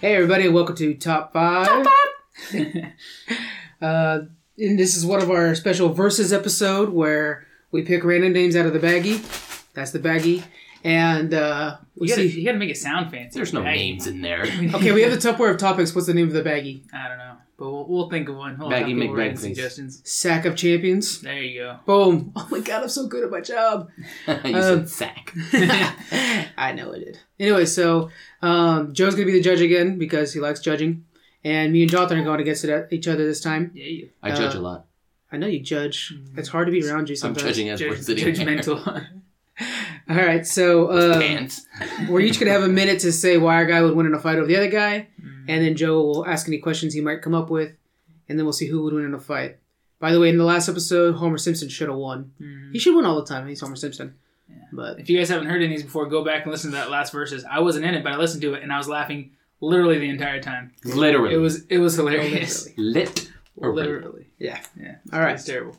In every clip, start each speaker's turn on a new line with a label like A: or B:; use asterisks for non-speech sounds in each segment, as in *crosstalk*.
A: Hey, everybody, and welcome to Top 5. Top 5! *laughs* uh, and this is one of our special verses episode where we pick random names out of the baggie. That's the baggie. And uh, we
B: You
A: *laughs*
B: gotta,
A: see.
B: you gotta make it sound fancy.
C: There's no
B: Baggy. *laughs*
C: names in *laughs* there.
A: Okay, we have the Tupperware of topics. What's the name of the baggie?
B: I don't know, but we'll, we'll think of one. We'll
C: Baggy
B: have people
C: McBag
B: writing
C: things.
B: suggestions.
A: Sack of Champions.
B: There you go.
A: Boom. *laughs* Oh my god, I'm so good at my job.
C: you
A: Um,
C: said sack.
A: *laughs* I know I did. Anyway, so um, Joe's going to be the judge again because he likes judging. And me and Jonathan are going against it at each other this time.
B: Yeah, you.
C: I judge
A: uh,
C: a lot.
A: I know you judge. It's hard to be around you
C: I'm
A: sometimes.
C: judging as we're
B: Judge,
C: sitting here.
B: judgmental.
A: All right, so uh,
C: *laughs* Pants.
A: we're each going to have a minute to say why our guy would win in a fight over the other guy. And then Joe will ask any questions he might come up with. And then we'll see who would win in a fight. By the way, in the last episode, Homer Simpson should have won. He should win all the time. He's Homer Simpson. But
B: Mm-hmm. if you guys haven't heard any of these before, go back and listen to that last verses. I wasn't in it, but I listened to it and I was laughing literally the entire time.
C: Literally.
B: It was it was hilarious.
C: lit.
B: Literally.
A: Yeah.
B: Yeah.
A: All right.
B: It's terrible.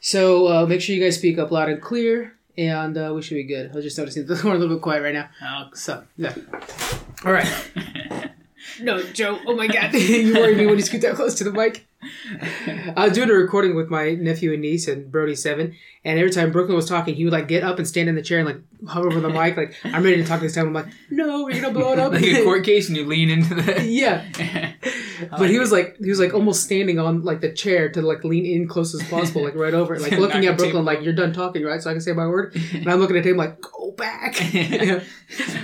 A: So uh, make sure you guys speak up loud and clear, and uh, we should be good. I was just noticing *laughs* that we're a little bit quiet right now.
B: Oh,
A: So yeah.
B: all *laughs* right.
A: No, Joe. Oh my God, *laughs* you worried me when you scoot that close to the
B: *laughs*
A: mic. I was doing a recording with my nephew and niece and Brody Seven, and every time Brooklyn was talking, he would like get up and stand in the chair and like hover over the mic, like I'm ready to talk this time. I'm like, no, we're gonna blow it up.
B: like
A: *laughs*
B: a court Oh, case and you lean into the. *laughs*
A: yeah, but *laughs* he was like he was like almost standing on like the chair to like lean in close as possible, like right over it, like looking
B: *laughs* Knock
A: at
B: the
A: Brooklyn,
B: table
A: like you're done talking, right? So I can say my word. And I'm looking at him like, go back. *laughs*
B: *laughs*
A: Yeah.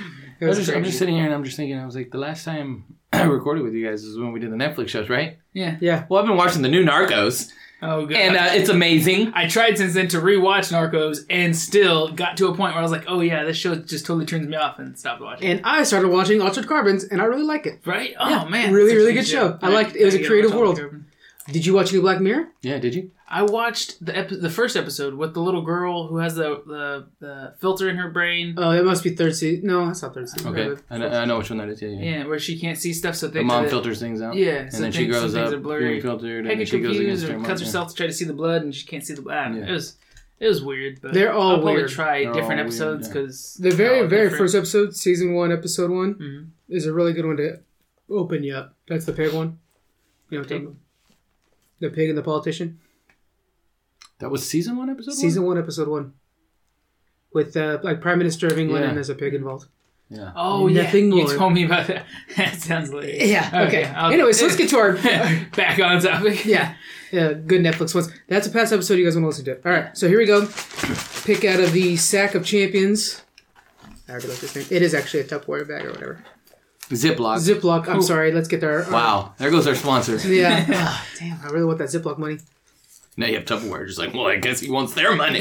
A: It
C: I was
A: was
C: just, I'm
A: crazy.
C: just sitting here and I'm just thinking, I was like, the last time *clears throat* I recorded with you guys is when we did the Netflix shows, right?
B: *laughs* yeah.
A: yeah.
C: Well, I've been watching the new Narcos,
B: Oh, good.
C: and uh, it's amazing.
B: I tried since then to rewatch Narcos and still got to a point where I was like, oh yeah, this show just totally turns me off and stopped watching.
A: And I started watching Altered Carbons, and I really like it.
B: right? Oh man,
A: really,
B: such a
A: really
B: good
A: good show. I liked- it was a
B: Yeah,
A: creative
B: watch all
A: world.
B: the Carbon.
A: Did you watch New Black Mirror?
C: Yeah, did you?
B: I watched the epi- the first episode with the little girl who has the the, the filter in her brain.
A: Oh, it must be third season. No, that's not third season.
C: Okay, I know, I know which one that is. Yeah, yeah.
B: yeah, where she can't see stuff, so
C: The
B: things
C: mom
B: that-
C: filters things out.
B: Yeah,
C: and
B: so
C: then she
B: things- some
C: grows
B: things
C: up
B: are blurry.
C: being filtered,
B: Heck,
C: and then
B: get
C: she goes
B: confused
C: against her
B: or
C: mom.
B: cuts
C: yeah.
B: herself to try to see the blood, and she can't see the blood.
C: Yeah.
B: It was it was weird, but
A: They're all
B: I'll probably
A: weird.
B: try
C: They're
B: different
C: all
B: episodes
C: weird,
B: because
A: The very, very first episode, season one, episode one,
B: Mhm.
A: is a really good one to open you up. That's the pig one. You know, what I'm talking about? the pig and the politician.
C: That was season one, episode
A: Season one, episode one, with uh, like Prime Minister of England
C: Yeah.
A: and there's a pig involved.
C: One? Yeah.
B: Oh
A: Nothing
B: yeah,
A: more.
B: you told me about that. *laughs* that sounds like
A: Yeah. *laughs* Okay.
B: I'll- *laughs*
A: Anyway, so let's get to our
B: back on topic. *laughs*
A: yeah, yeah, good Netflix ones. That's a past episode you guys want to listen to. All right, so here we go. Pick out of the sack of champions. I already like this name. It is actually a Tupperware bag or whatever.
C: Ziploc.
A: Ziploc. I'm sorry. Let's get there.
C: wow, there goes our sponsor.
B: *laughs*
A: Yeah. Ah, damn, I really want that Ziploc money.
C: Now you have Tupperware. Just like, well, I guess he wants their money.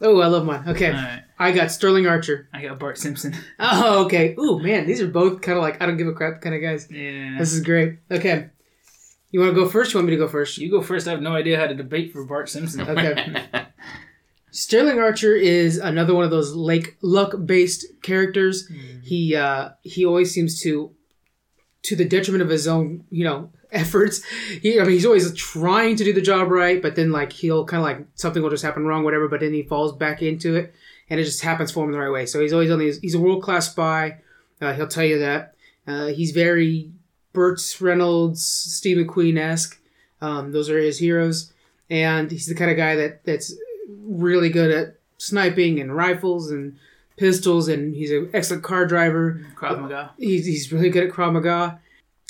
A: Oh, I love mine. Okay.
B: Alright.
A: I got Sterling Archer.
B: I got Bart Simpson.
A: Oh, okay. Ooh, man, these are both kind of like I don't give a crap kind of guys.
B: Yeah.
A: This is great. Okay. You want to go first? You want me to go first?
B: You go first. I have no idea how to debate for Bart Simpson.
A: Okay. *laughs* Sterling Archer is another one of those like luck-based characters. He uh, he always seems to, to the detriment of his own, you know, *laughs* efforts. He, I mean, he's always trying to do the job right, but then like he'll kind of like something will just happen wrong, whatever. But then he falls back into it, and it just happens for him the right way. So he's always on these. He's a world-class spy. Uh, he'll tell you that. Uh, he's very Burt Reynolds, Steve McQueen-esque. Um, those are his heroes and he's the kind of guy that that's really good at sniping and rifles and pistols and he's an excellent car driver
B: Krav Maga.
A: he's, he's really good at Krav Maga.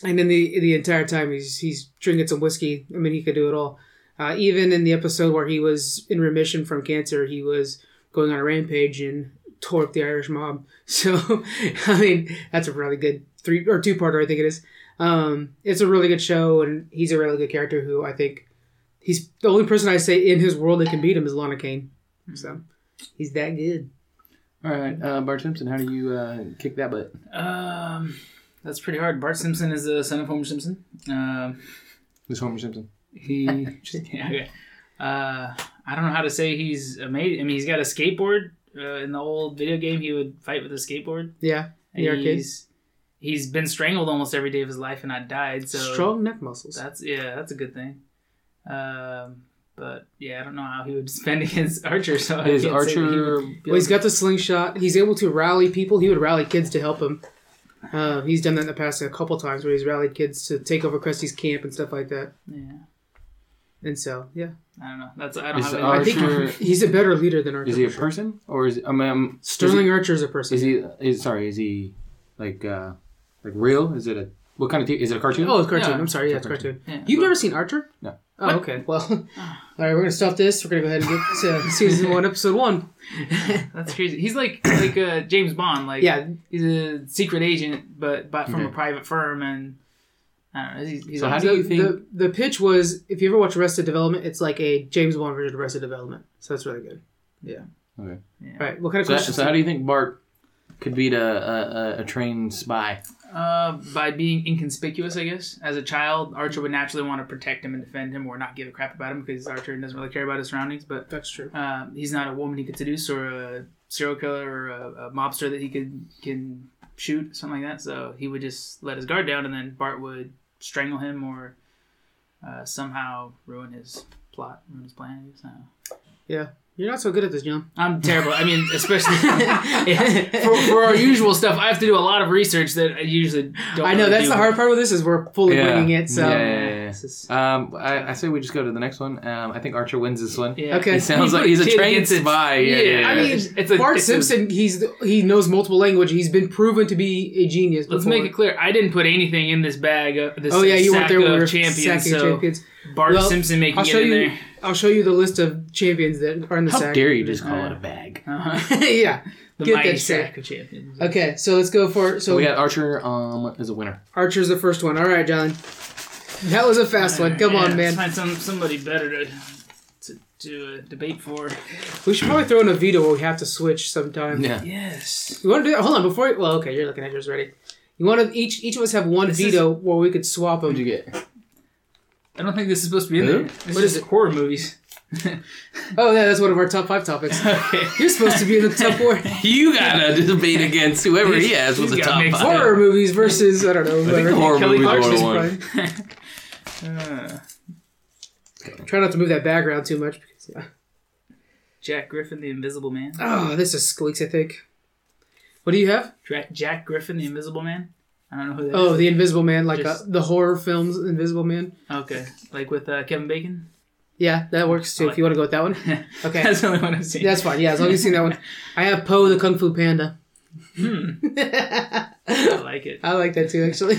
A: And then the the entire time he's he's drinking some whiskey. I mean, he could do it all. Uh, even in the episode where he was in remission from cancer, he was going on a rampage and tore up the Irish mob. *laughs* So, I mean, that's a really good three or two parter, I think it is. Um, it's a really good show, and he's a really good character who I think he's the only person I say in his world that can beat him is Lana Kane. So, he's that good.
C: All right, uh, Bart Simpson, how do you uh, kick that butt?
B: Um, that's pretty hard. Bart Simpson is the son of Homer Simpson. Um,
C: Who's Homer Simpson?
A: *laughs*
B: he. yeah, okay. Uh, I don't know how to say he's amazing. I mean, he's got a skateboard. Uh, in the old video game, he would fight with a skateboard.
A: Yeah, in the
B: And
A: arcade.
B: he's, he's been strangled almost every day of his life and not died. So
A: Strong neck muscles.
B: That's yeah, that's a good thing. Um, but yeah, I don't know how he would *laughs* spend against Archer. So I
C: Is
B: can't say that he
C: Archer?
B: would be
A: Well, he's
B: like-
A: got the slingshot. He's able to rally people. He would rally kids to help him. Uh, he's done that in the past a couple times where he's rallied kids to take over Krusty's camp and stuff like that.
B: Yeah.
A: And so, yeah,
B: I don't know. That's I don't
C: Is
B: have any,
A: I
C: our-
A: think
C: Archer-
A: he's a better leader than Archer.
C: Is he a person or is I mean, um,
A: Sterling Archer is a person.
C: Is he? Is sorry? Is he like uh like real? Is it a what kind of? T- is it a cartoon?
A: Oh, it's cartoon.
B: Yeah.
A: I'm sorry. Yeah, it's
C: It's a
A: cartoon.
B: cartoon. Yeah.
A: You've never seen Archer?
C: No.
A: Oh, okay. Well, *laughs* all right. We're gonna stop this. We're gonna go ahead and get
C: *laughs*
A: to season one, episode one.
B: that's crazy. He's like like uh, James Bond. Like
A: Yeah.
B: he's a secret agent, but but from a
C: Okay.
B: private firm, and I don't know. He's, he's
C: Hmm. So how
B: awesome.
C: do
A: The,
C: you think-
A: the the pitch was if you ever watch Arrested Development, it's like a James Bond version of Arrested Development. So that's really good.
C: Okay.
A: All right. What kind of
C: So,
A: questions?
C: so how do you think Bart could beat a a, a, a trained spy?
B: Uh, by being inconspicuous, I guess. As a child, Archer would naturally want to protect him and defend him, or not give a crap about him because Archer doesn't really care about his surroundings. But
A: That's true.
B: uh, he's not a woman he could seduce, or a serial killer, or a, a mobster that he could can shoot, something like that. So he would just let his guard down, and then Bart would strangle him or uh, somehow ruin his plot, ruin his plan. I guess. I don't know.
A: You're not so good at this,
B: *laughs*
A: John.
B: I'm terrible. I mean,
A: *laughs*
B: especially for, for our usual stuff, I have to do a lot of research that I usually don't.
A: I know
B: really
A: that's
B: do.
A: the hard part with this is we're fully
C: Yeah.
A: winging it. So
C: Yeah, yeah, yeah, yeah.
A: This is-
C: Um, I, I say we just go to the next one. Um, I think Archer wins this one.
B: Yeah.
A: Okay.
C: It sounds like *laughs* he's a trained spy. Yeah, yeah,
A: I
C: yeah.
A: mean,
B: it's a,
A: Bart
B: it's a-
A: Simpson, he's he knows multiple language. He's been proven to be a genius.
B: let's
A: before.
B: make it clear. I didn't put anything in this bag. Uh, this
A: Oh yeah, you weren't
B: sack
A: there when we
B: of
A: were
B: champions.
A: sacking
B: So
A: champions.
B: Bart
A: Well,
B: Simpson making
A: I'll
B: it
A: show
B: in
A: you. *laughs*
B: there.
A: I'll show you the list of champions that are in the
C: How
A: sack.
C: dare
A: *laughs*
C: you just call it a bag?
B: Uh-huh.
A: yeah.
B: The
A: Get
B: mighty
A: that shit.
B: sack of champions.
A: Okay, so let's go for so
C: So we got Archer um as a winner.
A: Archer's the first one. All right, John. That was a fast one. Come
B: Uh, Yeah,
A: on,
B: let's
A: man.
B: Find some somebody better to to, to uh, debate for.
A: We should probably throw in a veto where we have to switch
B: *laughs*
A: sometime.
C: Yeah.
B: Yes.
A: You want to do that? Hold on, before. Well, okay, you're looking at yours already. You want to each each of us have one
B: This is-
A: veto where we could swap them.
C: What'd you get?
B: I don't think this is supposed to be in there.
C: Really?
B: This what is it? Horror movies.
A: Oh yeah, that's one of our top five topics.
B: *laughs* Okay.
A: You're supposed to be in the top
C: *laughs*
A: four.
C: You gotta debate against whoever he has with
B: He's
C: the
B: got
C: top
B: mixed
C: five.
A: horror movies versus I don't know.
C: I think
A: Whatever.
C: the horror
B: Kelly
C: movies are
B: Clarkson's
C: the
A: Archer's
C: one.
A: fine.
B: Uh,
A: Try not to move that bag around too much because yeah.
B: Jack Griffin, the Invisible Man.
A: Oh, this is squeaks. I think. What do you have?
B: Dra- Jack Griffin, the Invisible Man. I don't know who that is.
A: Oh, The Invisible Man, like uh,
B: Just-
A: the horror films Invisible Man.
B: Okay, like with uh, Kevin Bacon. *laughs*
A: Yeah, that works too.
B: I like
A: if you want to go with that one, okay,
B: That's the only one I've seen.
A: that's fine. Yeah, as long as you've seen that one. I have Poe the Kung Fu Panda.
B: I like it.
A: I like that too, actually.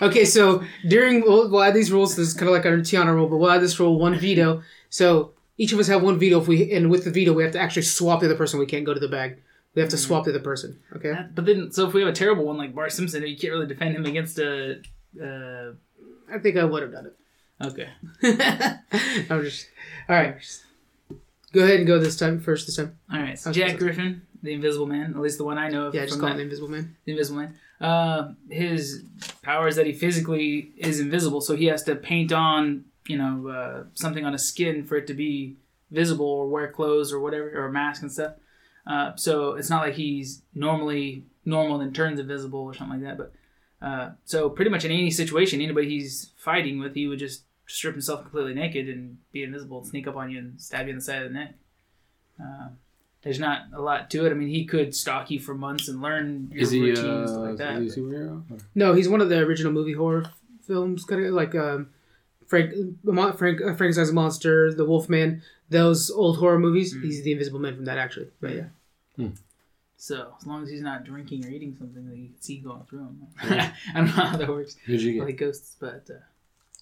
A: *laughs* okay, so during we'll, we'll add these rules. This is kind of like our Tiana rule, but we'll add this rule one veto. So each of us have one veto. If we and with the veto, we have to actually swap the other person. We can't go to the bag. We
B: Mm-hmm.
A: have to swap the other person. Okay.
B: That- But then, so if we have a terrible one like Bart Simpson, you can't really defend him against a. Uh,
A: I think I would have done
B: okay.
A: it. *laughs* I'm just all right. Go ahead and go this time first. This time,
B: All right. So
A: Okay,
B: Jack
A: so-
B: Griffin, the Invisible Man, at least the one I know of.
A: yeah, just
B: from
A: call
B: that-
A: him the Invisible Man.
B: the Invisible Man. Uh, his power is that he physically is invisible, so he has to paint on, you know, uh, something on his skin for it to be visible, or wear clothes or whatever, or a mask and stuff. Uh, so it's not like he's normally normal and then turns invisible or something like that. But uh, so pretty much in any situation, anybody he's fighting with, he would just strip himself completely naked and be invisible, and sneak up on you and stab you in the side of the neck. Uh, there's not a lot to it. I mean, he could stalk you for months and learn your
C: Is he,
B: routine
C: uh,
B: and stuff like that.
C: is he a superhero?
A: No, he's one of the original movie horror f- films, kind of like um, Frank, Mo- Frank, uh, Frankenstein's monster, The Wolfman, those old horror movies.
B: Mm-hmm.
A: He's the Invisible Man from that, actually. But yeah,
B: So as long as he's not drinking or eating something that you can see going through
A: *laughs*
B: him, *laughs* I don't know how that works.
C: Who'd you get?
B: Like ghosts, but uh,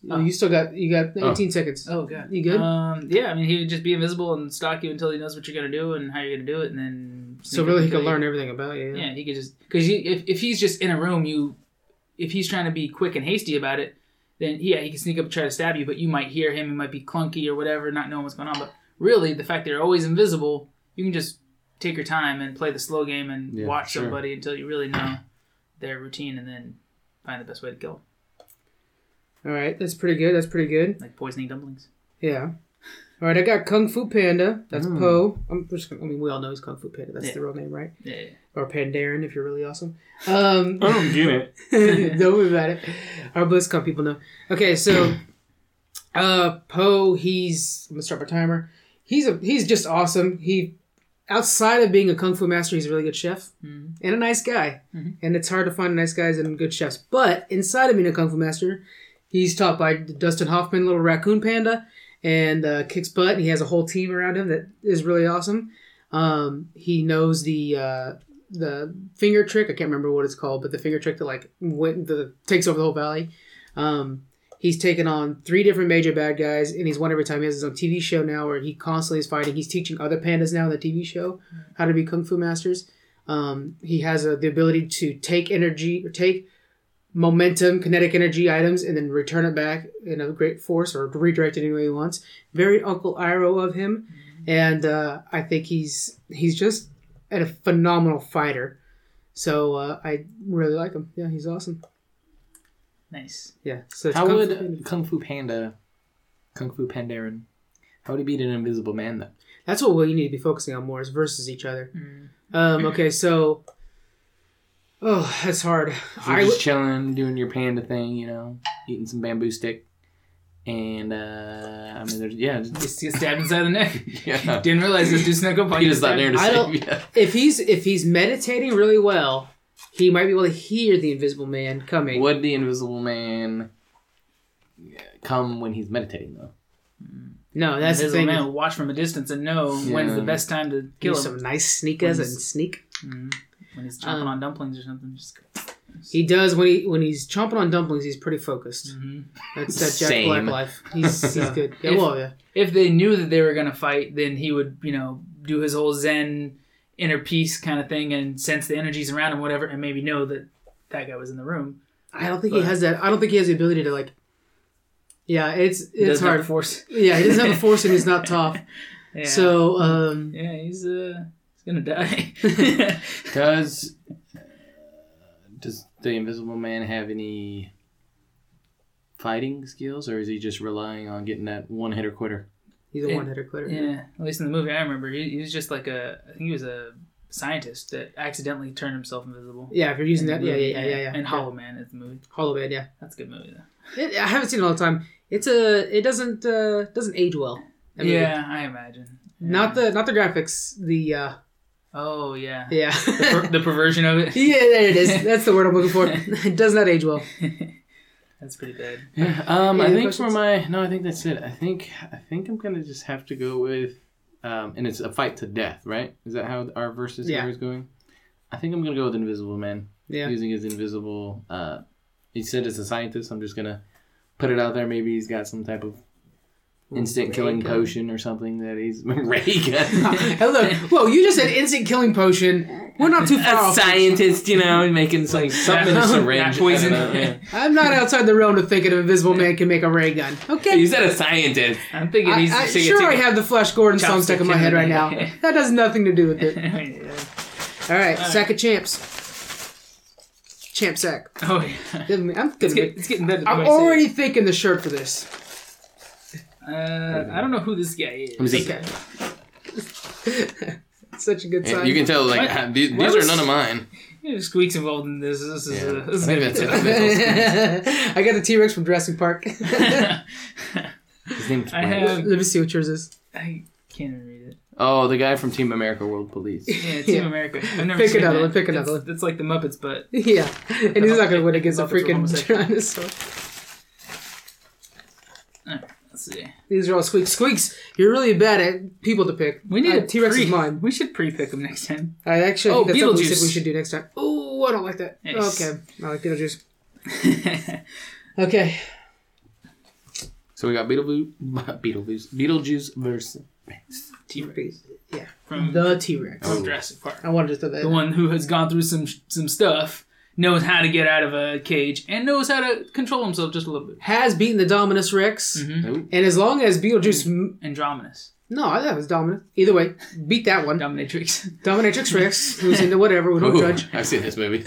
A: Oh, you still got you got
C: Oh.
A: 18 seconds.
B: oh god,
A: You good?
B: Um, yeah, I mean he would just be invisible and stalk you until he knows what you're gonna do and how you're gonna do it, and then
A: so really, he could learn everything about you. Yeah.
B: Yeah, he could just because if if he's just in a room, you if he's trying to be quick and hasty about it, then yeah, he can sneak up and try to stab you, but you might hear him. It might be clunky or whatever, not knowing what's going on. But really, the fact they're always invisible, you can just take your time and play the slow game and
C: Yeah,
B: watch
C: sure.
B: somebody until you really know their routine, and then find the best way to kill 'em,
A: All right, that's pretty good. That's pretty good.
B: like poisoning dumplings.
A: Yeah. All right, I got Kung Fu Panda. That's
C: Mm.
A: Poe. I'm just. gonna- I mean, we all know he's Kung Fu Panda. That's
B: Yeah.
A: the real name, right?
B: Yeah,
A: Or Pandaren, if you're really awesome. Um, *laughs*
C: don't get it.
A: Don't worry about it. Our BlizzCon people know. Okay, so uh Poe, he's I'm gonna start my timer. He's a he's just awesome. He outside of being a kung fu master, he's a really good chef
B: Mhm.
A: and a nice guy.
B: Mhm.
A: And it's hard to find nice guys and good chefs. But inside of being a kung fu master, he's taught by Dustin Hoffman, little raccoon panda, and uh, kicks butt. And he has a whole team around him that is really awesome. Um, he knows the uh, the finger trick. I can't remember what it's called, but the finger trick that like went the takes over the whole valley. Um, he's taken on three different major bad guys, and he's won every time. He has his own TV show now where he constantly is fighting. He's teaching other pandas now in the TV show how to be kung fu masters. Um, he has uh the ability to take energy or take momentum, kinetic energy items, and then return it back in a great force or redirect it any way he wants. Very Uncle Iroh of him, and uh, I think he's he's just a phenomenal fighter. So uh, I really like him. Yeah, he's awesome.
B: Nice.
A: Yeah. So it's
C: How
A: Kung Fu
C: would
A: Panda.
C: Kung Fu Panda, Kung Fu Pandaren, how would he beat an invisible man though?
A: That's what we need to be focusing on more is versus each other. Um, okay, so oh, that's hard.
C: If you're
A: I
C: just chilling, doing your panda thing, you know, eating some bamboo stick, and uh, I mean, there's *laughs* yeah, just,
B: Just get stabbed inside the neck.
C: yeah.
B: Didn't realize this dude snuck up on
C: He
B: you.
C: just not there to
A: I
C: save
A: don't-
C: *laughs* yeah.
A: if he's if he's meditating really well, he might be able to hear the Invisible Man coming.
C: Would the invisible man come when he's meditating though?
A: No, that's the
B: Invisible
A: thing.
B: man will watch from a distance and know when's the
C: Yeah.
B: best time to
A: Give
B: kill him.
A: some nice sneakers and sneak.
B: Mhm. When he's chomping
A: Um,
B: on dumplings or something, just.
A: He does when he when he's chomping on dumplings. He's pretty focused.
B: Mhm.
A: That's that Jack
C: Same.
A: Black life. He's he's good. Yeah,
B: If-
A: well, yeah.
B: If they knew that they were gonna fight, then he would, you know, do his whole Zen inner peace kind of thing and sense the energies around him, whatever, and maybe know that that guy was in the room.
A: I don't think he
B: But-
A: has that. I don't think he has the ability to like. Yeah, it's
B: He
A: it's
B: doesn't have
A: hard.
B: the force.
A: Yeah, he doesn't have the force and he's not tough.
B: *laughs* Yeah.
A: So um,
B: yeah, he's uh, he's
A: *laughs*
B: gonna die. *laughs*
C: Does does the invisible man have any fighting skills, or is he just relying on getting that one hitter quitter?
A: he's a
B: Yeah.
A: one hitter quitter.
B: yeah, at least in the movie I remember, he, he was just like a, I think he was a scientist that accidentally turned himself invisible.
A: Yeah, if you're using
B: In
A: that,
B: the
A: yeah,
B: movie,
A: yeah, yeah, yeah, yeah.
B: And
A: yeah.
B: Hollow Man is the movie.
A: Hollow Man, yeah.
B: That's a good movie though.
A: It, I haven't seen it all the time. It's a. It doesn't uh, doesn't age well. I mean,
B: yeah, I imagine.
A: Not the not the graphics. The uh,
B: Oh yeah.
A: yeah. *laughs*
B: The, per- the perversion of it.
A: yeah, there it is. That's the word I'm looking for. *laughs* it does not age well.
B: *laughs* That's pretty bad.
C: Yeah, um,
A: Any
C: I
A: other
C: think
A: questions?
C: for my no, I think that's it. I think I think I'm gonna just have to go with, um, and it's a fight to death, right? Is that how our versus
A: Yeah.
C: here is going? I think I'm gonna go with Invisible Man
A: Yeah.
C: using his invisible. Uh, he said it's a scientist. I'm just gonna put it out there. Maybe he's got some type of instant killing
A: Ray gun.
C: potion or something that he's *laughs* ray
A: Ah,
B: *laughs*
C: gun.
A: *laughs* Hello. Whoa, you just said instant killing potion. We're not too far
C: a
A: off.
C: scientist, you know, making
B: *laughs*
C: like something in a
B: Not
C: syringe.
B: poison.
C: I don't know, yeah.
A: I'm not outside the realm of thinking an invisible man can make a ray gun. Okay.
C: You said a scientist.
B: I'm thinking
A: I,
B: he's
A: I,
B: singing
A: sure, I
B: to- *laughs*
A: have the Flash Gordon song stuck in my head right now.
B: Chopstick.
A: That has nothing to do with
B: *laughs*
A: it.
B: Oh, Yeah.
A: All right, sack of champs. Champ sack.
B: Oh yeah.
A: I'm gonna
B: It's,
A: make
B: get, it's getting better. the
A: I'm
B: more I say it.
A: already thinking the shirt for this.
B: Uh, I don't know who this guy is.
C: Let me see.
A: Okay. *laughs* Such a good
C: Yeah,
A: sign. *laughs*
C: you can tell, like,
B: What?
C: these,
B: What
C: these are
B: was-
C: none of mine.
B: Yeah, Squeak's involved in this. This is.
C: Yeah.
B: Uh, this is
C: I think
B: gonna be
C: that's
A: *laughs*
C: it.
A: I got the T Rex from Jurassic Park. *laughs* Let
B: tough.
C: His name's
B: I
C: Brent.
B: have.
A: me see what yours is. *laughs*
B: I can't even read it.
C: Oh, the guy from Team America World Police.
B: Yeah, Team
A: Yeah.
B: America. I've never
A: Pick
B: seen
A: another
B: that.
A: one, pick
B: It's-
A: another
B: It's, like the Muppets, but
A: Yeah, and he's not gonna win against a
B: Muppets are
A: freaking
B: homosexual.
A: dinosaur.
B: let's see.
A: These are all squeaks. Squeaks, you're really bad at people to pick.
B: We need
A: Uh,
B: a
A: T Rex
B: pre-
A: is mine.
B: We should pre-pick them next time. *laughs*
A: I actually
B: Oh,
A: think that's something we
B: Beetlejuice.
A: said we should do next time. Oh, I don't like that.
B: Nice.
A: Okay, I like Beetlejuice. Okay,
C: So we got *laughs* Beetlejuice, Beetlejuice, Beetlejuice versus.
B: T Rex
A: yeah,
B: from
A: the T Rex.
B: from
C: Oh.
B: Jurassic Park.
A: I wanted to throw that.
B: The
A: in.
B: one who has gone through some some stuff knows how to get out of a cage and knows how to control himself just a little bit.
A: Has beaten the Dominus Rex,
B: Mm-hmm.
C: Nope.
A: and as long as Beetlejuice, m-
B: Androminus,
A: no, I thought it was Dominus. Either way, beat that one. *laughs*
B: dominatrix.
A: Dominatrix Rex, who's into whatever, we don't
C: Ooh,
A: judge.
C: I've seen this movie.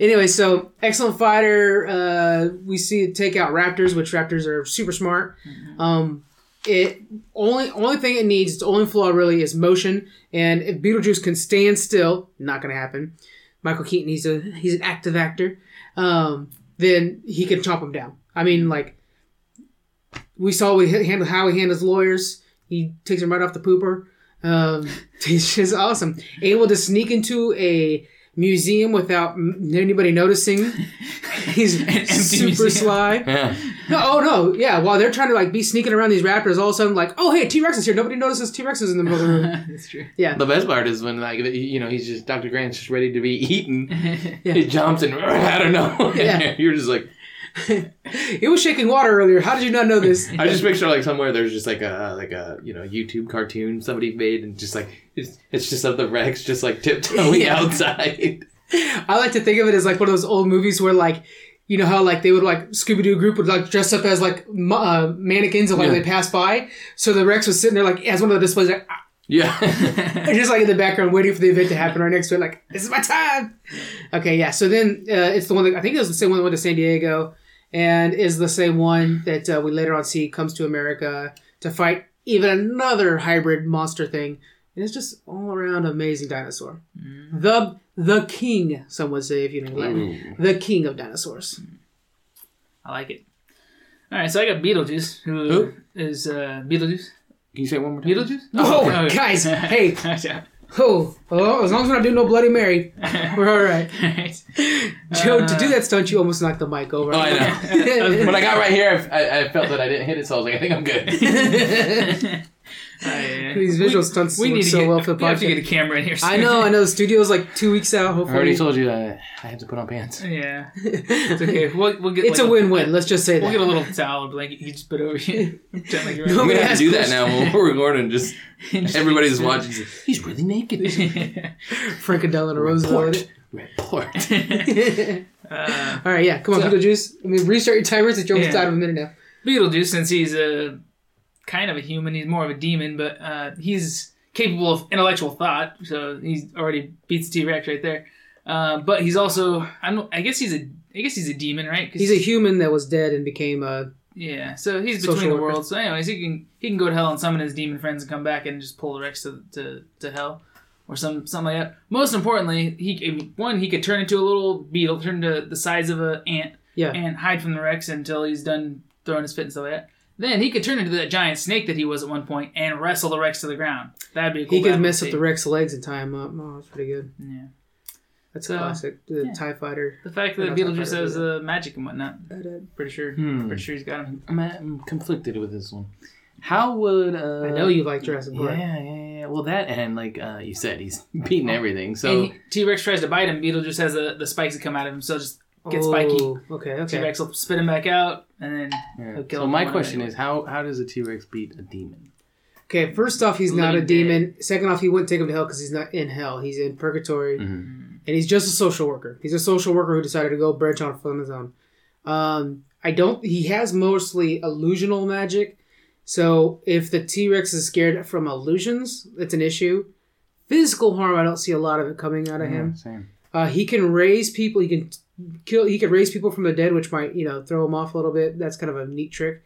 A: anyway, so excellent fighter. Uh, we see it take out raptors, which raptors are super smart. Um, it only only thing it needs, its only flaw really is motion. And if Beetlejuice can stand still, not gonna happen. Michael Keaton, he's a he's an active actor. Um, then he can chop him down. I mean, like we saw, we handle how he handles lawyers. He takes him right off the pooper. Um, *laughs* it's just awesome. Able to sneak into a museum without m- anybody
B: *laughs*
A: noticing. He's
B: empty
A: super
B: museum.
A: sly.
C: Yeah.
A: No, *laughs* oh no, yeah. While they're trying to like be sneaking around these raptors, all of a sudden, like, oh hey, T Rex is here. Nobody notices T Rex is in the middle of the room.
B: *laughs* That's true.
C: The best part is when like you know he's just Dr. Grant's just ready to be *laughs* eaten.
A: Yeah.
C: He jumps and *laughs* I don't know.
A: Yeah.
C: *laughs* You're just like
A: He was shaking water earlier. How did you not know this?
C: I just picture like somewhere there's just like a like a you know YouTube cartoon somebody made and just like it's, it's just of the Rex just like *laughs* tiptoeing
A: Yeah.
C: outside. *laughs*
A: I like to think of it as like one of those old movies where like. You know how like they would like Scooby Doo group would like dress up as like mu- uh, mannequins and like
C: Yeah.
A: they pass by. So the Rex was sitting there like as one of the displays like
C: Yeah.
A: They're just like in the background waiting for the event to happen right next to it like this is my time okay yeah so then uh, it's the one that i think it was the same one that went to san diego and is the same one that uh, we later on see comes to america to fight even another hybrid monster thing and it's just all around amazing dinosaur the the king some would say if you know Latin.
C: Ooh.
A: the king of dinosaurs
B: I like it. All right, so I got Beetlejuice, who
C: Who?
B: is uh, Beetlejuice.
C: Can you say it one more *laughs* time?
B: Beetlejuice?
A: Oh,
B: *laughs*
A: guys, hey. *laughs* oh, oh as long as we're not doing no bloody mary we're all right
B: Alright.
A: joe to do that stunt you almost knocked the mic over
C: Oh,
A: *laughs*
C: I *laughs* know. when I got right here, I, I- I felt that I didn't hit it, so I was like, I think I'm good.
B: Alright.
A: These visual stunts
B: we
A: work
B: need to
A: so
B: get,
A: well for the
B: we have to get a
A: podcast.
B: camera in here.
A: *laughs* I know, I know. The studio's like two weeks out.
C: *laughs* I
A: Hopefully, *laughs*
C: already told you that I had to put on
B: *laughs*
C: pants.
B: Yeah,
A: it's
B: *laughs* it's okay. We'll, we'll get.
A: It's
B: like,
A: a win-win. Let's just say
B: We'll get a
A: that. *laughs*
B: little towel or blanket you can just put over you. *laughs* Pretend like you're
A: No,
C: *laughs* I'm
B: out.
C: gonna have to do that
A: Yes.
C: *laughs* now when we're recording. Just
B: *laughs* Just-
C: everybody's watching. He's really naked.
A: Frankadella and
C: *laughs*
A: Roosevelt.
C: Report. Report.
B: uh,
A: *laughs* All right, yeah. Come on,
B: So-
A: Beetlejuice. I mean, restart your timers. It's almost
B: Yeah.
A: out of a minute now.
B: Beetlejuice, since he's a kind of a human, he's more of a demon, but uh, he's capable of intellectual thought, so he already beats T Rex right there. Uh, but he's also, I don't, I guess he's a, I guess he's a demon, right? 'Cause
A: He's a human that was dead and became a.
B: Yeah, so he's
A: Social
B: between the
A: worker.
B: worlds. So, anyways, he can he can go to hell and summon his demon friends and come back and just pull the Rex to to, to hell, or some something like that. Most importantly, he could- one he could turn into a little beetle, turn to the size of an ant,
A: Yeah.
B: and hide from the Rex until he's done throwing his fit and stuff like that. Then he could turn into that giant snake that he was at one point and wrestle the Rex to the ground. That'd be a cool.
A: He could
B: battle
A: mess
B: to
A: up the
B: see.
A: Rex legs and tie him up. Oh, that's pretty good.
B: Yeah.
A: That's
B: So,
A: classic. The
B: yeah.
A: Tie Fighter.
B: The fact
A: Yeah,
B: that
A: that's not
B: Beetlejuice
A: bad
B: has
A: either.
B: uh, magic and whatnot, pretty sure,
C: Hmm.
B: pretty sure he's got him.
C: I'm, I'm conflicted with this one. How would uh,
A: I know you like Jurassic
C: Yeah,
A: Park.
C: yeah, yeah. Well, that and like uh, you said, he's *laughs*
A: Oh.
C: beating everything. So
B: And T Rex tries to bite him. Beetlejuice has the, the spikes that come out of him, so just Get
A: oh, okay,
B: T
A: okay.
B: Rex will spit him back out, and then
C: Yeah.
B: He'll kill
C: So my
B: him
C: question
B: anyway.
C: is, how how does a T Rex beat a demon?
A: Okay, first off, he's not a
B: Living dead.
A: demon. Second off, he wouldn't take him to hell because he's not in hell. He's in purgatory. and he's just a social worker. He's a social worker who decided to go branch off on his own. Um, I don't. He has mostly illusional magic, so if the T Rex is scared from illusions, it's an issue. Physical harm, I don't see a lot of it coming out of him.
C: Same.
A: Uh, he can raise people. He can t- kill. He can raise people from the dead, which might you know throw him off a little bit. That's kind of a neat trick.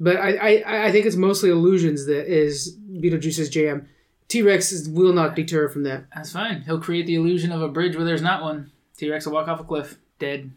A: But I I, I think it's mostly illusions that is Beetlejuice's jam. T Rex is- will not deter from that.
B: that's fine. He'll create the illusion of a bridge where there's not one. T Rex will walk off a cliff, dead.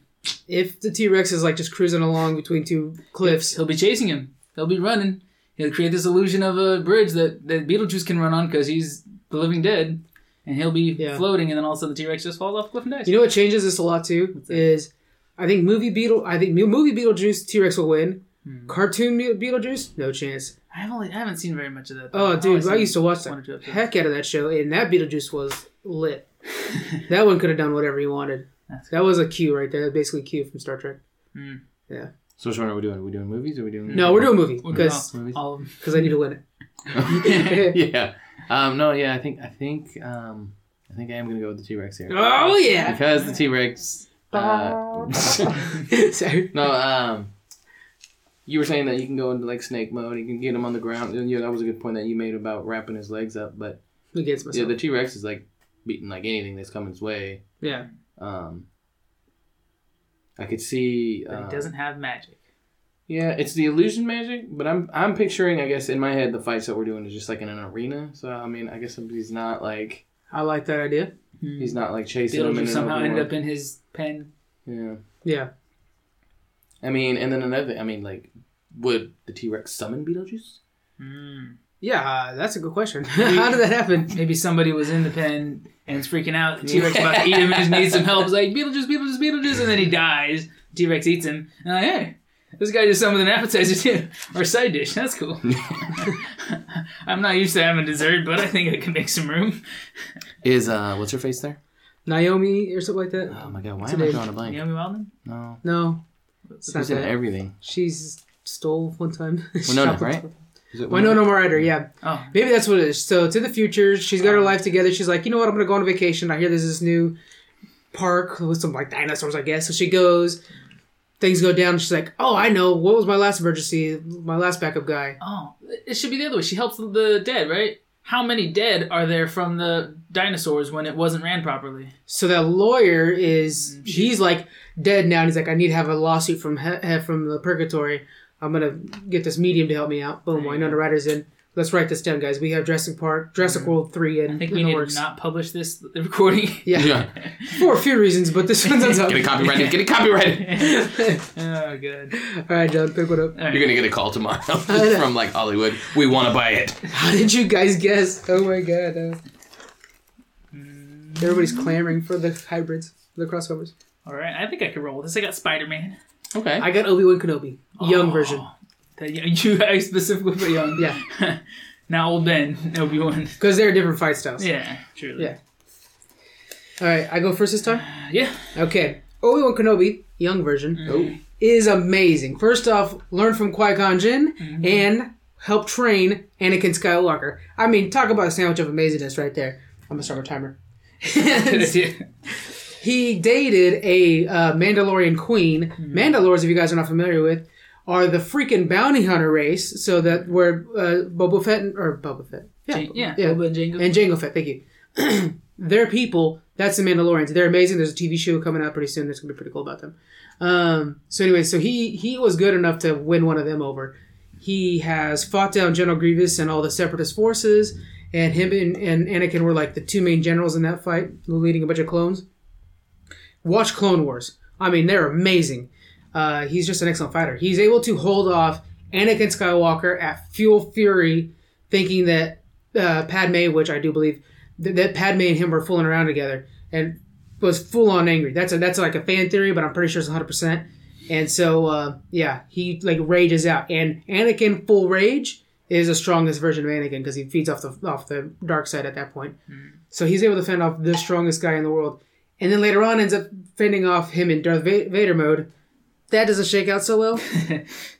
A: if the T Rex is like just cruising along between two cliffs,
B: He'll be chasing him. He'll be running. He'll create this illusion of a bridge that, that Beetlejuice can run on because he's the living dead, and he'll be
A: Yeah.
B: floating, and then all of a sudden the T Rex just falls off a cliff and dies.
A: you know what changes this a lot too
B: What's that?
A: is I think movie Beetle, I think mu- movie Beetlejuice T Rex will win. Cartoon Mu- Beetlejuice, no chance.
B: I haven't I haven't seen very much of that.
A: Oh, dude, I used to watch
B: one or two
A: the
B: episodes.
A: heck out of that show, and that Beetlejuice was *laughs* lit. that one could have done whatever he wanted.
B: That's
A: That was a cue right there. Basically, cue from Star Trek.
C: So which one are we doing? Are we doing movies? Or are we doing?
A: No, we're
C: *laughs*
A: doing a movie
B: We're
A: because
B: doing
A: *laughs*
B: all, all of them.
A: because I need to win it.
C: yeah. Um, no, yeah. I think I think um, I think I am gonna go with the T Rex here
A: Oh *laughs* yeah.
C: because the T Rex. Uh, *laughs*
A: Sorry.
C: no. Um, you were saying that you can go into like snake mode. You can get him on the ground. And, yeah, that was a good point that you made about wrapping his legs up. But
A: Against
C: yeah,
A: myself.
C: the T Rex is like beating like anything that's coming his way.
A: Yeah.
C: Um, I could see.
B: But
C: uh,
B: he doesn't have magic.
C: Yeah, it's the illusion magic, but I'm I'm picturing, I guess, in my head, the fights that we're doing is just like in an arena. So I mean, I guess he's not like
A: I like that idea.
C: he's not like chasing them.
B: Beetlejuice
C: In
B: somehow
C: somehow
B: ended up in his pen.
C: Yeah,
A: Yeah.
C: I mean, and then another. I mean, like, would the T Rex summon Beetlejuice? *laughs*
B: Mm.
A: Yeah, uh, that's a good question. *laughs* How did that happen?
B: Maybe somebody was in the pen and it's freaking out. T Rex about to eat him and just needs some help. It's like Beetlejuice, Beetlejuice, Beetlejuice, and then he dies. T Rex eats him, and I'm like, hey, this guy just summoned an appetizer *laughs* too, or a side dish. That's cool. I'm not used to having dessert, but I think I can make some room.
C: Is uh, what's her face there?
A: Naomi or something like that?
C: Oh my god, why
A: It's
C: am I
A: an
C: drawing a blank?
B: Naomi Wildman.
C: No,
A: No, it's not
C: she's in
A: that.
C: everything.
A: She's stole one time.
C: *laughs* Winona,
A: Shoplifted.
C: right? Is it
A: Winona Ryder, yeah.
B: Oh,
A: Maybe that's what it is. So to the future, she's
C: Oh.
A: got her life together. She's like, you know what? I'm gonna go on a vacation. I hear there's this new park with some like dinosaurs, I guess. So she goes. Things go down. She's like, oh, I know. What was my last emergency? My last backup guy.
B: oh, it should be the other way. She helps the dead, right? How many dead are there from the dinosaurs when it wasn't ran properly?
A: So that lawyer
B: Mm-hmm.
A: is he's like dead now, and he's like, I need to have a lawsuit from he- he- from the purgatory. I'm gonna get this medium to help me out. Boom,
B: There you
A: Winona Ryder's in. Let's write this down, guys. We have Jurassic Park, Jurassic World three, and
B: Mm-hmm. I think
A: in
B: we
A: the
B: need
A: works.
B: to not publish this *laughs* recording.
A: yeah.
C: Yeah,
A: for a few reasons, but this one's on
B: *laughs*
A: top.
C: get it copyrighted. Get it copyrighted.
B: oh, good.
A: All right, John, pick one up. *laughs*
B: All right.
C: You're gonna get a call tomorrow *laughs*
A: I know.
C: from like Hollywood. We want to buy it.
A: How did you guys guess? Oh my god. uh,
B: Mm-hmm.
A: everybody's clamoring for the hybrids, the crossovers.
B: All right, I think I could roll with this. I got Spider Man,
C: Okay.
A: I got Obi Wan Kenobi, young version.
B: You *laughs* I specifically for young.
A: Yeah.
B: *laughs* now old Ben, Obi
A: *laughs*
B: Wan.
A: Because they're different fight styles.
B: Yeah, truly.
A: Yeah. All right, I go first this time?
B: Yeah.
A: Okay. Obi Wan Kenobi, young version, is amazing. First off, learn from Qui Gon Jinn and help train Anakin Skywalker. I mean, talk about a sandwich of amazingness right there. I'm going to start my timer.
B: Good *laughs* idea.
A: he dated a uh, Mandalorian queen. Mandalores, if you guys are not familiar with, are the freaking bounty hunter race. So that where uh, Boba Fett and, or Boba Fett, yeah,
B: Jane- yeah.
A: yeah,
B: Obi-Wan Jango.
A: and Jango Fett. Thank you. *clears throat* They're people. That's the Mandalorians. They're amazing. There's a TV show coming out pretty soon. That's gonna be pretty cool about them. Um, so anyway, so he he was good enough to win one of them over. He has fought down General Grievous and all the Separatist forces, and him and, and Anakin were like the two main generals in that fight, leading a bunch of clones watch Clone Wars. I mean, they're amazing. Uh, he's just an excellent fighter. He's able to hold off Anakin Skywalker at full fury, thinking that uh, Padme, which I do believe, th- that Padme and him were fooling around together, and was full on angry. That's a, that's like a fan theory, but I'm pretty sure it's 100. percent And so, uh, yeah, he like rages out, and Anakin full rage is the strongest version of Anakin because he feeds off the off the dark side at that point. So he's able to fend off the strongest guy in the world and then later on ends up fending off him in Darth Va- Vader mode. That doesn't shake out so well,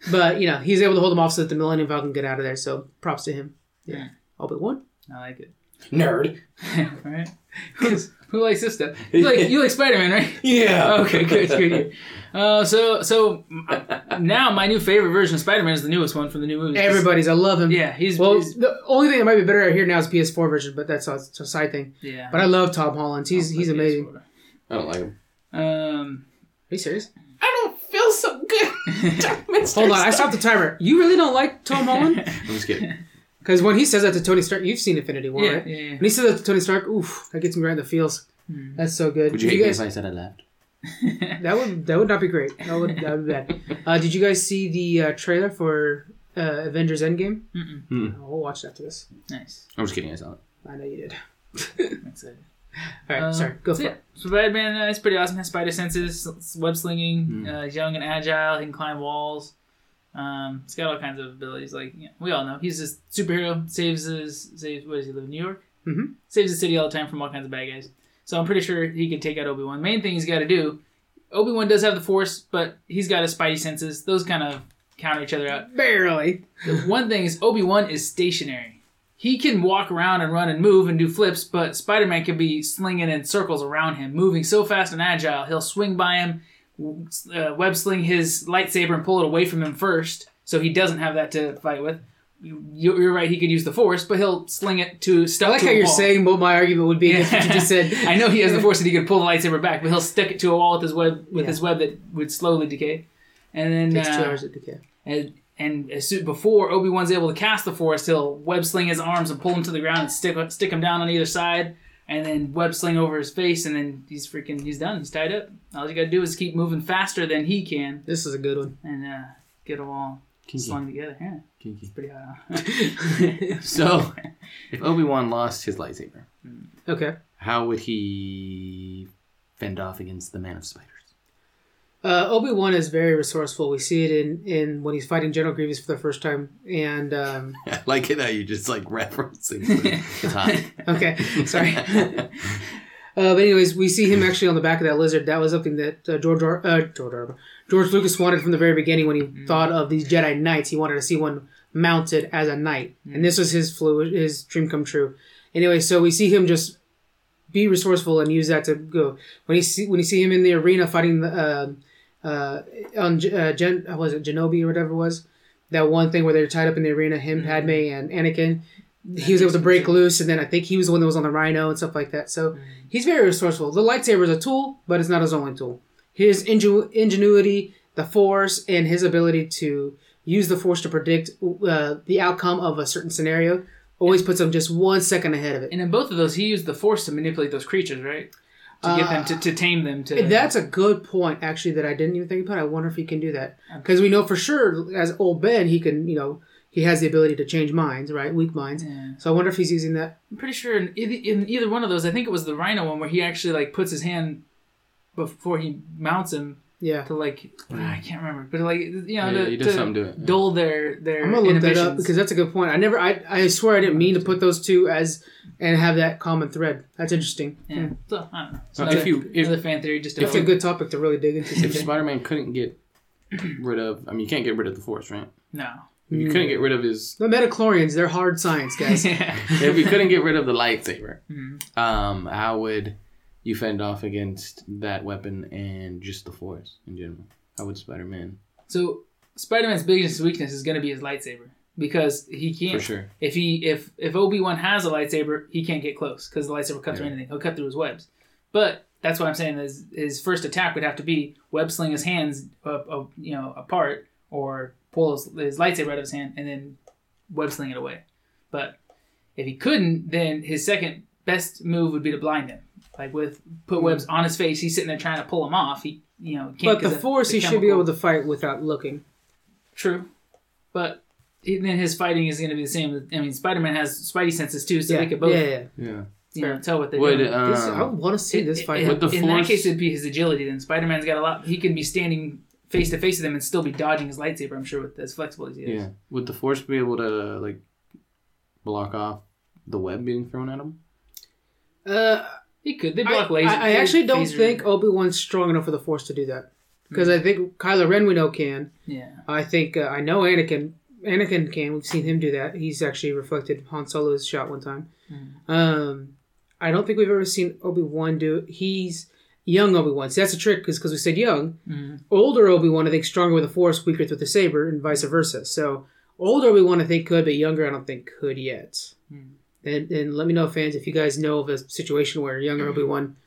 A: but you know he's able to hold him off so that the Millennium Falcon can get out of there. So props to him. Yeah, all but one.
B: I like it.
C: Nerd.
B: All right. Who's, who likes this stuff? You like, you like Spider
A: *laughs*
B: Man, right?
C: Yeah.
B: Okay, good, good. good. Uh, so, so uh, now my new favorite version of Spider Man is the newest one from the new movie.
A: Everybody's, I love him.
B: Yeah, he's,
A: Well,
B: he's-
A: the only thing that might be better out here now is PS4 version, but that's a, it's a side thing.
B: yeah.
A: But I love Tom Holland. He's
B: Oh,
A: he's amazing. Are
C: I don't like him.
B: Um, *laughs*
A: you serious?
C: I don't feel so *laughs* good.
A: Hold on, I stopped the timer. You really don't like Tom
B: *laughs*
A: Holland?
C: I'm just kidding.
A: Because when he says that to Tony Stark, you've seen Infinity War,
B: Yeah,
A: right?
B: yeah, yeah.
A: When he says that to Tony Stark, oof, that gets me right in the feels.
B: Hmm.
A: That's so good.
C: Would you
A: Did
C: hate me
A: guys-
C: if I said I left?
A: That would that would not be great. That would that would be
B: *laughs*
A: bad. Uh, did you guys see the uh, trailer for uh, Avengers Endgame?
B: Mm-mm.
C: Hmm.
A: Oh, we'll watch after this.
B: nice.
C: I'm just kidding. I saw it.
A: I know you did.
B: I'm excited.
A: All right,
B: Uh,
A: sorry. Go
B: So
A: for
B: yeah,
A: it.
B: Spider Man uh, is pretty awesome. Has spider senses, s- web slinging, uh, he's young and agile. He can climb walls. Um, he's got all kinds of abilities. Like yeah, we all know, he's this superhero. Saves his saves. What does he live in New York?
A: Mhm.
B: Saves the city all the time from all kinds of bad guys. So I'm pretty sure he could take out Obi Wan. Main thing he's got to do. Obi Wan does have the Force, but he's got his Spidey senses. Those kind of counter each other out.
A: Barely.
B: The one thing is Obi Wan is stationary. He can walk around and run and move and do flips, but Spider Man can be slinging in circles around him, moving so fast and agile. He'll swing by him, w- uh, web sling his lightsaber and pull it away from him first, so he doesn't have that to fight with. You- You're right; he could use the force, but he'll sling it to
A: I
B: stuck.
A: like
B: to
A: how
B: a
A: you're
B: wall. *laughs*
A: saying what my argument would be against what you just said.
B: I know he has the force that he could pull the lightsaber back, but he'll stick it to a wall with his web with
A: Yeah.
B: his web that would slowly decay. And then
A: Takes two
B: uh,
A: hours to decay.
B: and and as soon, before Obi Wan's able to cast the force, he'll web sling his arms and pull him to the ground and stick stick him down on either side, and then web sling over his face, and then he's freaking he's done. He's tied up. All you gotta do is keep moving faster than he can
A: This is a good one. *laughs*
B: and uh, get him all
C: Kinky.
B: slung together. Yeah,
C: Kinky.
B: pretty hot.
C: So, if Obi Wan lost his lightsaber,
A: okay.
C: how would he fend off against the Man of Spiders?
A: Uh, Obi Wan is very resourceful. We see it in, in when he's fighting General Grievous for the first time. And um,
C: *laughs*
A: *laughs*
C: I like it how you just like *laughs* referencing. it. It's hot.
A: okay, sorry. uh, but anyways, we see him actually on the back of that lizard. That was something that uh, George Ar- uh, George, Ar- George Lucas wanted from the very beginning when he thought of these Jedi Knights. He wanted to see one mounted as a knight, and this was his flu his dream come true. Anyway, so we see him just be resourceful and use that to go. When you see when you see him in the arena fighting the um uh, on J- uh, Gen, uh, was it Genobi or whatever it was, that one thing where they're tied up in the arena, him, Padme, and Anakin. He was able to break loose, and then I think he was the one that was on the Rhino and stuff like that. So he's very resourceful. The lightsaber is a tool, but it's not his only tool. His inge- ingenuity, the Force, and his ability to use the Force to predict uh, the outcome of a certain scenario always puts him just one second ahead of it.
B: *laughs* And in both of those, he used the force to manipulate those creatures, right? To get them to, to tame them to.
A: That's a good point, actually, that I didn't even think about. I wonder if he can do that because we know for sure as old Ben, he can, you know, he has the ability to change minds, right? Weak minds.
B: Yeah.
A: So I wonder if he's using that.
B: I'm pretty sure in either, in either one of those, I think it was the rhino one where he actually like puts his hand before he mounts him
A: Yeah,
B: to like I can't remember, but like you know
C: Yeah,
B: to,
C: he does
B: to
C: something to it, yeah.
B: dull their their
A: I'm gonna look that up
B: inhibitions.
A: because that's a good point. I never, I, I swear, I didn't mean to put those two as and have that common thread. That's interesting.
B: yeah. So I don't know. So
C: Uh, If
B: another,
C: you- if-
B: another fan theory, just
A: It's a Hmm. good topic to really dig into.
C: If
A: someday.
C: Spider Man couldn't get rid of, I mean, you can't get rid of the Force, right?
B: no.
C: If you couldn't get rid of his,
A: the Metachlorians, they're hard science, *laughs* guys.
C: if you couldn't get rid of the lightsaber, um, how would you fend off against that weapon and just the Force in general? How would Spider Man?
B: So Spider-Man's biggest weakness is going to be his lightsaber because he
C: For
B: can't.
C: sure.
B: If he if if Obi Wan has a lightsaber, he can't get close because the lightsaber cuts through
C: Yeah.
B: anything. He'll cut through his webs. But that's what I'm saying is his first attack would have to be web sling his hands up, up you know apart or pull his, his lightsaber out of his hand and then web sling it away. But if he couldn't, then his second best move would be to blind him, like with put webs on his face. He's sitting there trying to pull him off. He you know *laughs* can't.
A: Hmm. but
B: 'cause
A: the force, he should be
B: chemical-
A: able to fight without looking.
B: True, but he- then his fighting is going to be the same. I mean, Spider Man has Spidey senses too, so
A: Yeah,
B: they could both
A: yeah, yeah.
C: Yeah.
B: you know tell what they're
C: Would
B: doing.
A: This, I
C: um,
A: want to see this
B: It-
A: fight.
B: it-
C: Would the
B: in that
C: Force-
B: case, it'd be his agility. Then Spider Man's got a lot. He can be standing face to face with him and still be dodging his lightsaber. I'm sure with as flexible as he is.
C: yeah. Would the Force be able to like block off the web being thrown at him?
A: uh,
B: He could. They
A: I,
B: block laser.
A: I- I actually don't
B: phaser- Hmm.
A: think Obi Wan's strong enough for the Force to do that. Because I think Kylo Ren we know can.
B: Yeah.
A: I think uh, I know Anakin. Anakin can. We've seen him do that. He's actually reflected Han Solo's shot one time.
B: Hmm.
A: Um, I don't think we've ever seen Obi Wan do. He's young Obi Wan. See, that's a trick because we said young.
B: Mm-hmm.
A: Older Obi Wan, I think, stronger with the Force, weaker through the saber, and vice versa. So older Obi Wan, I think, could, but younger, I don't think could yet. And, and let me know, fans, if you guys know of a situation where younger Obi *clears throat* Wan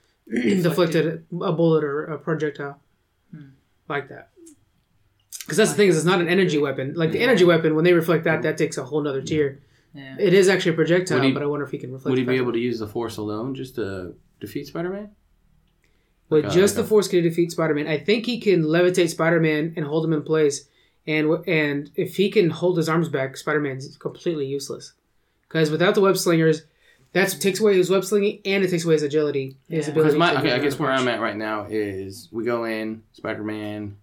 A: deflected a bullet or a projectile like that. Because that's the thing is, it's not an energy weapon. Like the energy weapon, when they reflect that, that takes a whole nother tier.
B: Yeah.
A: It is actually a projectile,
C: Would he-
A: but I wonder if he can reflect.
C: Would he be
A: that.
C: able to use the Force alone just to defeat Spider Man?
A: With
C: like a-
A: just
C: like
A: the
C: a-
A: force, can he defeat Spider-Man? I think he can levitate Spider-Man and hold him in place. And w- and if he can hold his arms back, Spider-Man's completely useless. Because without the web slingers, that takes away his web slinging and it takes away his agility. His
B: Yeah.
A: ability.
C: Because my
A: to
C: okay, I
A: get
C: guess where
A: around
C: I'm at right now is we go in Spider Man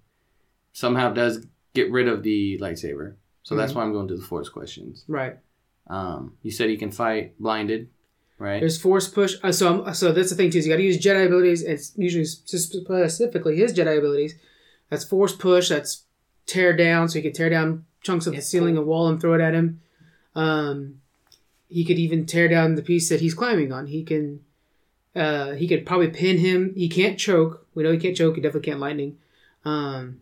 C: somehow does get rid of the lightsaber, so that's why I'm going to the force questions.
A: the punch. Right.
C: Um, you said he can fight blinded, right?
A: There's force push. Uh, so I'm, so that's the thing too. Is you got to use Jedi abilities, and it's usually specifically his Jedi abilities. That's force push. That's tear down. So he could tear down chunks of the ceiling and wall and throw it at him. Um, he could even tear down the piece that he's climbing on. He can. Uh, he could probably pin him. He can't choke. We know he can't choke. He definitely can't lightning. Um,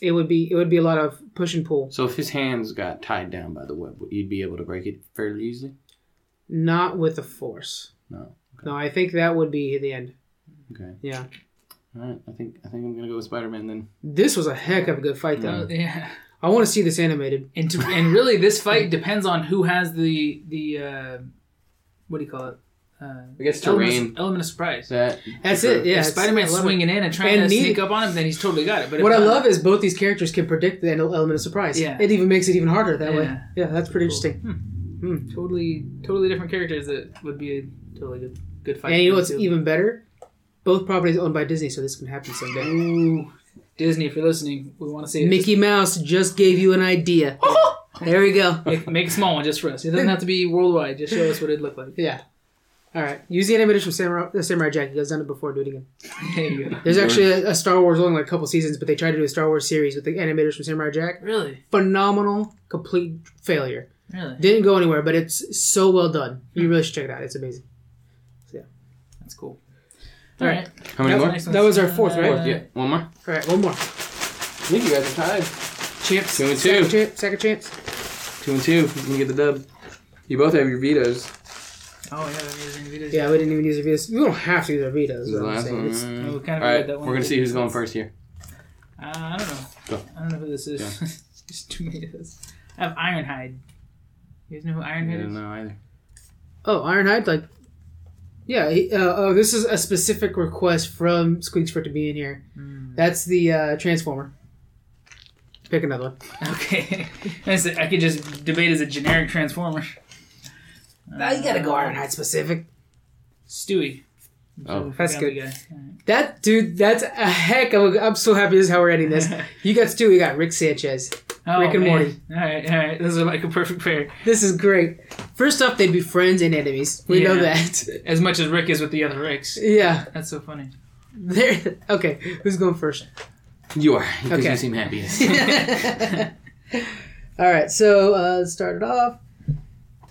A: it would be it would be a lot of push and pull.
C: so if his hands got tied down by the web, you'd be able to break it fairly easily.
A: Not with the force.
C: No.
A: No, I think that would be the end.
C: Okay.
A: Yeah.
C: All right. I think I think I'm gonna go with Spider Man then.
A: This was a heck of a good fight though.
B: Uh, yeah.
A: I want to see this animated.
B: And to, and really, this fight depends on who has the the uh, what do you call it? uh,
C: I guess
B: element,
C: terrain.
B: of, element of surprise.
C: That
A: That's it. Yeah,
B: If
A: it's-
B: Spider Man
A: it's-
B: swinging in and trying
A: And
B: to
A: neither-
B: sneak up on him, then he's totally got it. But if
A: What I
B: not,
A: love is both these characters can predict the element of surprise.
B: Yeah.
A: It even makes it even harder that way.
B: Yeah.
A: Yeah, that's pretty interesting.
B: totally totally different characters that would be a totally good good fight.
A: And you know what's
B: too.
A: even better? Both properties owned by Disney, so this can happen someday.
B: *laughs* Ooh, Disney, if you're listening, we want to see it.
A: Mickey Mouse just gave you an
B: *laughs*
A: idea.
B: Oh!
A: there we go.
B: Just make, make a small one just for us. It doesn't have to be worldwide. Just show us what it looked like. *laughs*
A: Yeah. All right. Use the animators from Samurai, uh, Samurai Jack. You guys done it before. Do it again.
B: There you go.
A: There's
C: Sure.
A: actually a, a Star Wars only like a couple seasons, but they tried to do a Star Wars series with the animators from Samurai Jack.
B: Really,
A: Phenomenal, complete failure.
B: really,
A: Didn't go anywhere, but it's so well done. You really should check it out. It's amazing.
B: that's cool.
A: All
B: All
A: right.
B: right,
C: how many
A: That-
C: more?
A: nice. that was our fourth, right?
B: Uh,
C: Fourth, yeah, one more.
A: All right, one more.
C: I think you guys are tied.
A: Chance.
C: Two and
A: Second
C: two.
A: chance. Second chance.
C: Two and two. You can get the dub. You both have your vetoes.
B: Oh yeah, that music videos.
A: Yeah, we didn't even use our Vitas. We don't have to use our Vitas.
C: This
A: is
C: is the
A: what I'm
C: last
A: saying.
C: one.
A: It's-
B: Yeah, we kind of
C: All right,
B: read that one.
C: we're gonna see who's going first here.
B: Uh, I don't know.
C: Go.
B: I don't know who this is.
C: Oh. Yeah.
B: *laughs* There's too many of those. I have Ironhide. You guys know who
C: I
B: Ironhide
C: don't
B: is?
C: know either.
A: Oh, Ironhide, like, yeah. He, uh, oh, this is a specific request from Squeaks for it to be in here.
B: Mm.
A: That's the uh, Transformer. Pick another one.
B: Okay, *laughs* I said I could just debate as a generic transformer.
A: Oh, you gotta go Ironhide specific.
B: Stewie.
C: Oh.
A: That's
B: Family
A: good.
B: Guy.
A: That dude, that's a heck. of a- I'm so happy this is how we're ending
B: *laughs*
A: this. You got Stu, we got Rick Sanchez.
B: Oh,
A: Rick and
B: man.
A: Morty.
B: All right, all right. Those are like a perfect pair.
A: This is great. First off, they'd be friends and enemies. We know
B: Yeah.
A: that.
B: As much as Rick is with the other Ricks.
A: yeah.
B: That's so funny.
A: There. Okay. Who's going first?
C: You are because
A: Okay.
C: you seem happiest.
A: All right, so uh, started off.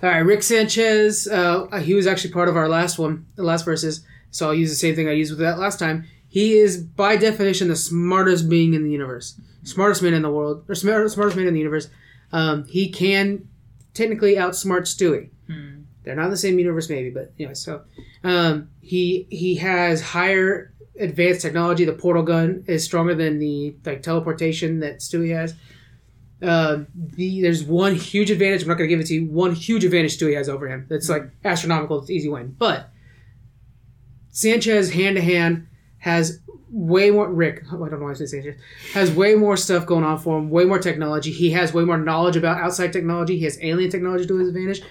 A: All right, Rick Sanchez. Uh, he was actually part of our last one, the last verses. So I'll use the same thing I used with that last time. He is, by definition, the smartest being in the universe, smartest man in the world, or smart, smartest man in the universe. Um, he can technically outsmart Stewie.
B: Hmm.
A: They're not in the same universe, maybe, but anyway. So um, he he has higher advanced technology. The portal gun is stronger than the like teleportation that Stewie has. Uh, the there's one huge advantage. I'm not going to give it to you. One huge advantage Stewie has over him. That's like astronomical. It's easy win. But Sanchez hand to hand has way more. Rick, I don't know why I said Sanchez has way more stuff going on for him. Way more technology. He has way more knowledge about outside technology. He has alien technology to his advantage.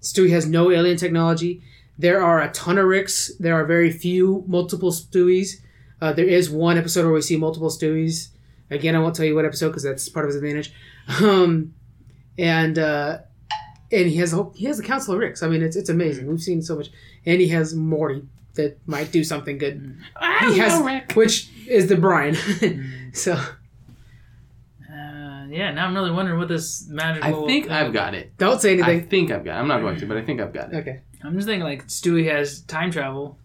A: Stewie has no alien technology. There are a ton of Ricks. There are very few multiple Stewies. Uh, there is one episode where we see multiple Stewies. Again, I won't tell you what episode because that's part of his advantage. *laughs* Um, and uh, and he has a whole, he has a council of Ricks. I mean, it's it's amazing. We've seen so much. And he has Morty that might do something good. he has, which is the Brian. *laughs* so
B: Uh, yeah, now I'm really wondering what this
C: I
B: magical.
C: think I've got it.
A: don't say
C: I
A: anything.
C: think I've got. it. I'm not going to, but I think I've got it.
A: okay.
B: I'm just thinking like Stewie has time travel.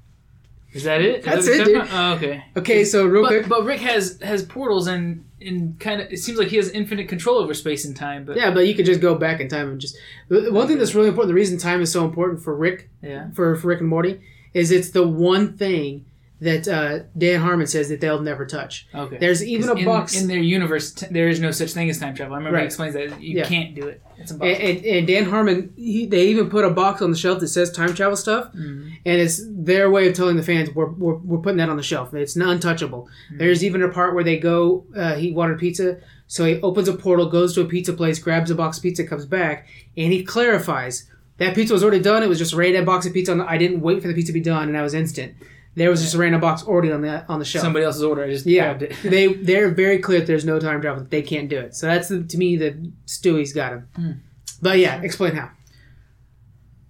B: Is that it? Is
A: That's
B: that what
A: it,
B: you're talking about? Oh, okay.
A: Okay. So real quick.
B: But, but Rick has has portals and and kind of it seems like he has infinite control over space and time. But
A: Yeah, but you could just go back in time and just. One thing that's really important, the reason time is so important for Rick,
B: yeah,
A: for, for Rick and Morty, is it's the one thing that uh, Dan Harmon says that they'll never touch.
B: okay.
A: There's even a
B: in,
A: box,
B: in their universe. T- there is no such thing as time travel. I remember
A: Right.
B: he explains that you
A: Yeah.
B: can't do it. It's a box.
A: and, and, and Dan Harmon, he, they even put a box on the shelf that says time travel stuff,
B: Mhm.
A: and it's their way of telling the fans we're, we're, we're putting that on the shelf. It's not untouchable. There's even a part where they go, uh, he wanted pizza, so he opens a portal, goes to a pizza place, grabs a box of pizza, comes back, and he clarifies that pizza was already done. It was just a random box of pizza. On the, I didn't wait for the pizza to be done, and that was instant. There was just a random box already on the on the shelf.
B: Somebody else's order. I just
A: yeah,
B: grabbed it. *laughs*
A: they they're very clear that there's no time travel. They can't do it. So that's the, to me the Stewie's got him. But yeah, explain how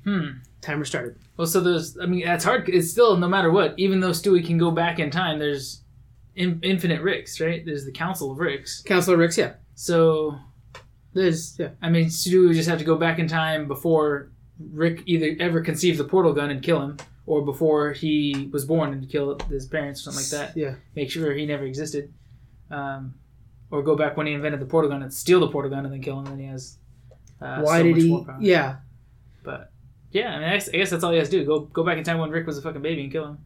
B: Hmm.
A: timer started.
B: Well, so there's. I mean, that's hard. It's still no matter what. Even though Stewie can go back in time, there's in, infinite Ricks, right? There's the Council of Ricks.
A: Counselor Ricks, yeah,
B: So
A: there's yeah.
B: I mean, Stewie would just have to go back in time before Rick either ever conceived the portal gun and kill him, or before he was born and kill his parents or something like that.
A: Yeah.
B: Make sure he never existed. Um, or go back when he invented the portal gun and steal the portal gun and then kill him. And then he has. Uh,
A: Why
B: so
A: did
B: much
A: he?
B: more power.
A: Yeah,
B: But yeah, I mean, I guess, I guess that's all he has to do. Go go back in time when Rick was a fucking baby and kill him.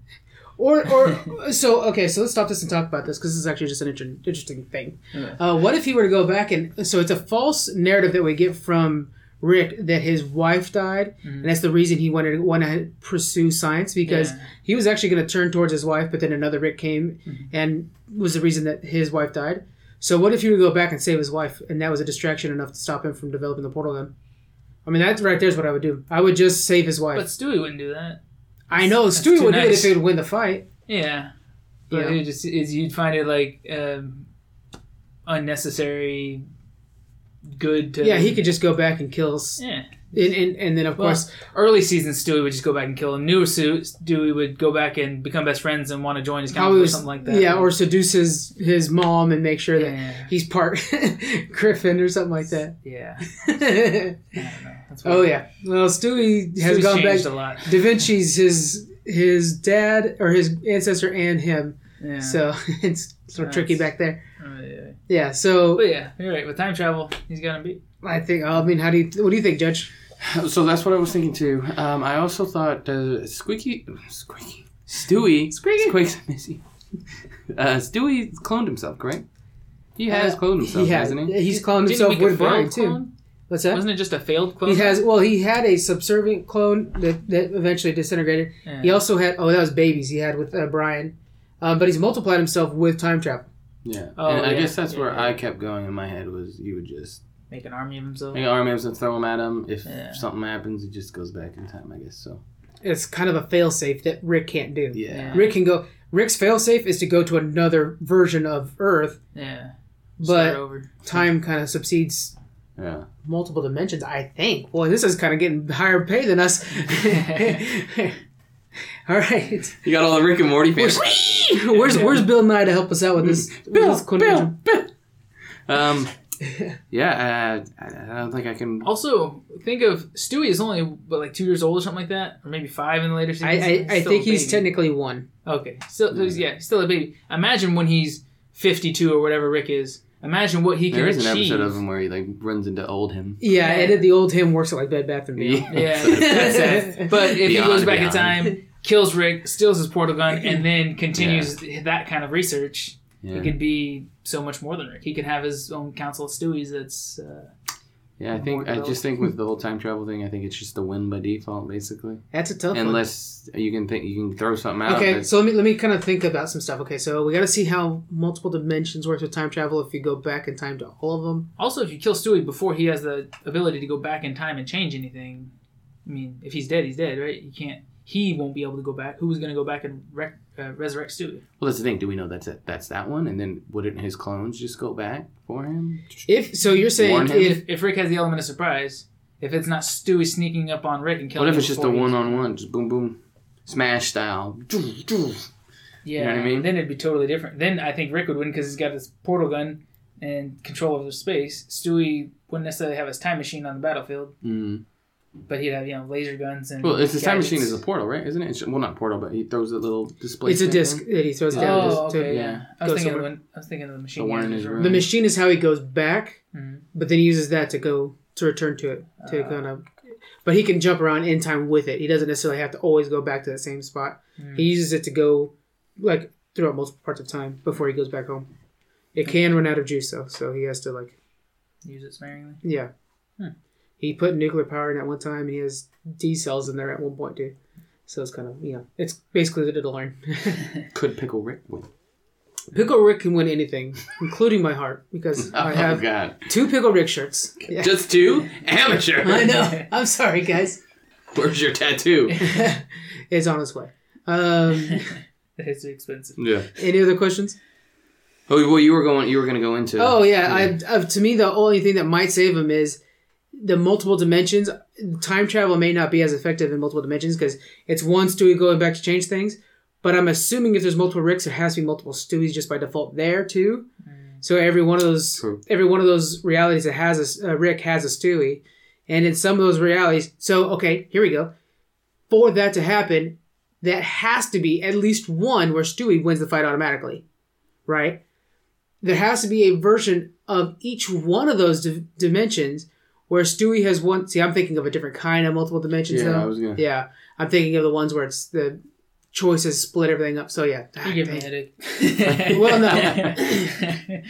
A: Or, or
B: *laughs*
A: so okay. So let's stop this and talk about this because this is actually just an inter- interesting thing.
B: Yeah.
A: Uh, what if he were to go back and so it's a false narrative that we get from Rick that his wife died,
B: Mm-hmm.
A: and that's the reason he wanted want to pursue science because
B: Yeah.
A: he was actually going to turn towards his wife, but then another Rick came
B: Mm-hmm.
A: and was the reason that his wife died. So what if he would go back and save his wife, and that was a distraction enough to stop him from developing the portal? Then, I mean, that's right. There's what I would do. I would just save his wife.
B: But Stewie wouldn't do that.
A: I know
B: that's
A: Stewie
B: too
A: would do it if
B: nice.
A: he would win the fight.
B: Yeah, but
A: Yeah.
B: it would just is you'd find it like um, unnecessary good to
A: Yeah, he could just go back and kill. s-
B: yeah.
A: And, and, and then of
B: Well,
A: course,
B: Early season Stewie would just go back and kill him. Newer suits Stewie would go back and become best friends and want to join his
A: how
B: council
A: he
B: or
A: was,
B: something like that.
A: yeah, or seduces his mom and make sure that
B: yeah,
A: he's part *laughs* Griffin or something like
B: *laughs*
A: that.
B: yeah. I don't know. That's
A: oh
B: what-
A: yeah, well Stewie has
B: Stewie's
A: gone back.
B: changed a lot.
A: Da Vinci's his his dad or his ancestor and him,
B: Yeah.
A: so *laughs* it's sort of
B: Nice.
A: tricky back there.
B: Oh, yeah.
A: Yeah, so
B: But yeah, you're right. With time travel, he's got him beat.
A: I think. I mean, how do you? What do you think, Judge?
C: So that's what I was thinking too. Um, I also thought uh, Squeaky, Squeaky, Stewie,
A: Squeaky.
C: Squeaks, *laughs* Missy. Uh, Stewie cloned himself, correct? He has
A: Uh,
C: cloned himself,
A: he has.
C: hasn't he?
A: He's cloned
B: Didn't
A: himself
B: we get
A: with Brian
B: failed
A: too.
B: clone?
A: What's that?
B: Wasn't it just a failed clone?
A: He has. Well, he had a subservient clone that, that eventually disintegrated.
B: Yeah.
A: He also had. Oh, that was babies he had with uh, Brian, um, but he's multiplied himself with time travel.
C: Yeah.
B: Oh,
C: and I
B: yeah,
C: guess that's
B: yeah,
C: where
B: yeah.
C: I kept going in my head was you would just
B: Make an army of himself.
C: make arms and throw them at him. If
B: Yeah.
C: something happens, it just goes back in time. I guess so.
A: It's kind of a failsafe that Rick can't do.
C: Yeah.
B: Yeah.
A: Rick can go. Rick's failsafe is to go to another version of Earth,
B: Yeah. Start
A: but
B: over.
A: time kind of subcedes
C: Yeah.
A: multiple dimensions. I think. Boy, this is kind of getting higher pay than us. *laughs* All
C: *laughs*
A: right,
C: You got all the Rick and Morty fans.
A: where's where's Bill Nye to help us out with this?
C: Bill,
A: with this
C: Bill, Bill. *laughs* Um, yeah, uh, I, I don't think I can.
B: Also, think of Stewie is only what, like two years old or something like that, or maybe five in the later seasons.
A: I, I, I
B: Still
A: think
B: a
A: he's
B: baby.
A: technically one.
B: Okay, still he's- yeah, still a baby. Imagine when he's fifty-two or whatever Rick is. Imagine what he can
C: There is an
B: achieve.
C: episode of him where he like runs into old him.
A: Yeah,
B: Yeah.
A: and then the old him works at like Bed Bath and Beyond.
B: *laughs*
C: *laughs*
B: Yeah, that's it. But if he
C: Beyond,
B: goes back in
C: beyond.
B: time, kills Rick, steals his portal gun, and then continues that kind of research,
C: Yeah.
B: he could be so much more than Rick. He could have his own council of Stewies. That's uh,
C: Yeah, I
B: More
C: think I
B: developed.
C: just
B: *laughs*
C: think with the whole time travel thing, I think it's just a win by default, basically.
A: That's a
C: Oh,
A: tough one.
C: Unless you can think you can throw something out.
A: Okay,
C: that's-
A: so let me let me kind of think about some stuff. Okay, so we got to see how multiple dimensions works with time travel. If you go back in time to all of them,
B: also if you kill Stewie before he has the ability to go back in time and change anything. I mean, if he's dead, he's dead, right? You can't. He won't be able to go back. Who's going to go back and rec- uh, resurrect Stewie?
C: well, that's the thing. Do we know that's it? That's that one, and then wouldn't his clones just go back for him?
A: if so, you're saying
C: Warn him.
A: if
B: If, if Rick has the element of surprise, if it's not Stewie sneaking up on Rick and killing
C: What if
B: him
C: it's just a
B: before he-
C: one on one, just boom boom,
B: *laughs*
C: smash style? Doo, doo.
B: Yeah,
C: know what I mean?
B: Then it'd be totally different. Then I think Rick would win because he's got his portal gun and control over the space. Stewie wouldn't necessarily have his time machine on the battlefield,
C: Mm.
B: but he'd have you know laser guns and.
C: Well, it's his time
B: gadgets.
C: machine is a portal, right? Isn't it? It's, well, not portal, but he throws a little display.
A: it's a
C: thing
A: disc
C: thing.
A: that he throws down,
B: Oh,
A: just to-
B: okay. Yeah,
C: yeah.
B: I was
A: Go
B: thinking of
A: somewhere.
B: when, I was thinking of the machine.
C: The one
B: gun.
C: in his room.
A: the machine is how he goes back,
B: Mhm.
A: but then he uses that to go to return to it to
B: Ah.
A: kind of. But he can jump around in time with it. He doesn't necessarily have to always go back to that same spot. He uses it to go like throughout multiple parts of time before he goes back home. It can run out of juice though, so he has to like
B: Use it sparingly.
A: Yeah.
B: Hmm.
A: He put nuclear power in at one time, and he has D cells in there at one point too. So it's kind of you know, it's basically the DeLorean.
C: Could pickle Rick win?
A: *laughs* Pickle Rick can win anything, including my heart, because I
C: oh
A: have
C: God!
A: two Pickle Rick shirts. Yeah.
C: Just
A: *laughs*
C: two amateur.
A: I *laughs* know. I'm sorry, guys.
C: Where's your tattoo?
A: It's on its way. *laughs* Um,
B: It's expensive.
C: yeah.
A: any other questions?
C: Oh well, you were going. You were going to go into.
A: Oh yeah, I, uh, to me the only thing that might save him is the multiple dimensions. Time travel may not be as effective in multiple dimensions because it's one Stewie going back to change things. But I'm assuming if there's multiple Ricks, there has to be multiple Stewies just by default there too. So every one of those,
C: True.
A: every one of those realities that has a S- a Rick has a Stewie, and in some of those realities, so okay, here we go. For that to happen, that has to be at least one where Stewie wins the fight automatically, right? there has to be a version of each one of those di- dimensions where Stewie has one. See, I'm thinking of a different kind of multiple dimensions.
C: Yeah,
A: though.
C: I was gonna-
A: Yeah, I'm thinking of the ones where it's the choices split everything up. So yeah,
B: You
A: Ah,
B: *laughs*
C: *laughs*
B: give me a
A: dang.
B: headache.
A: Well, no.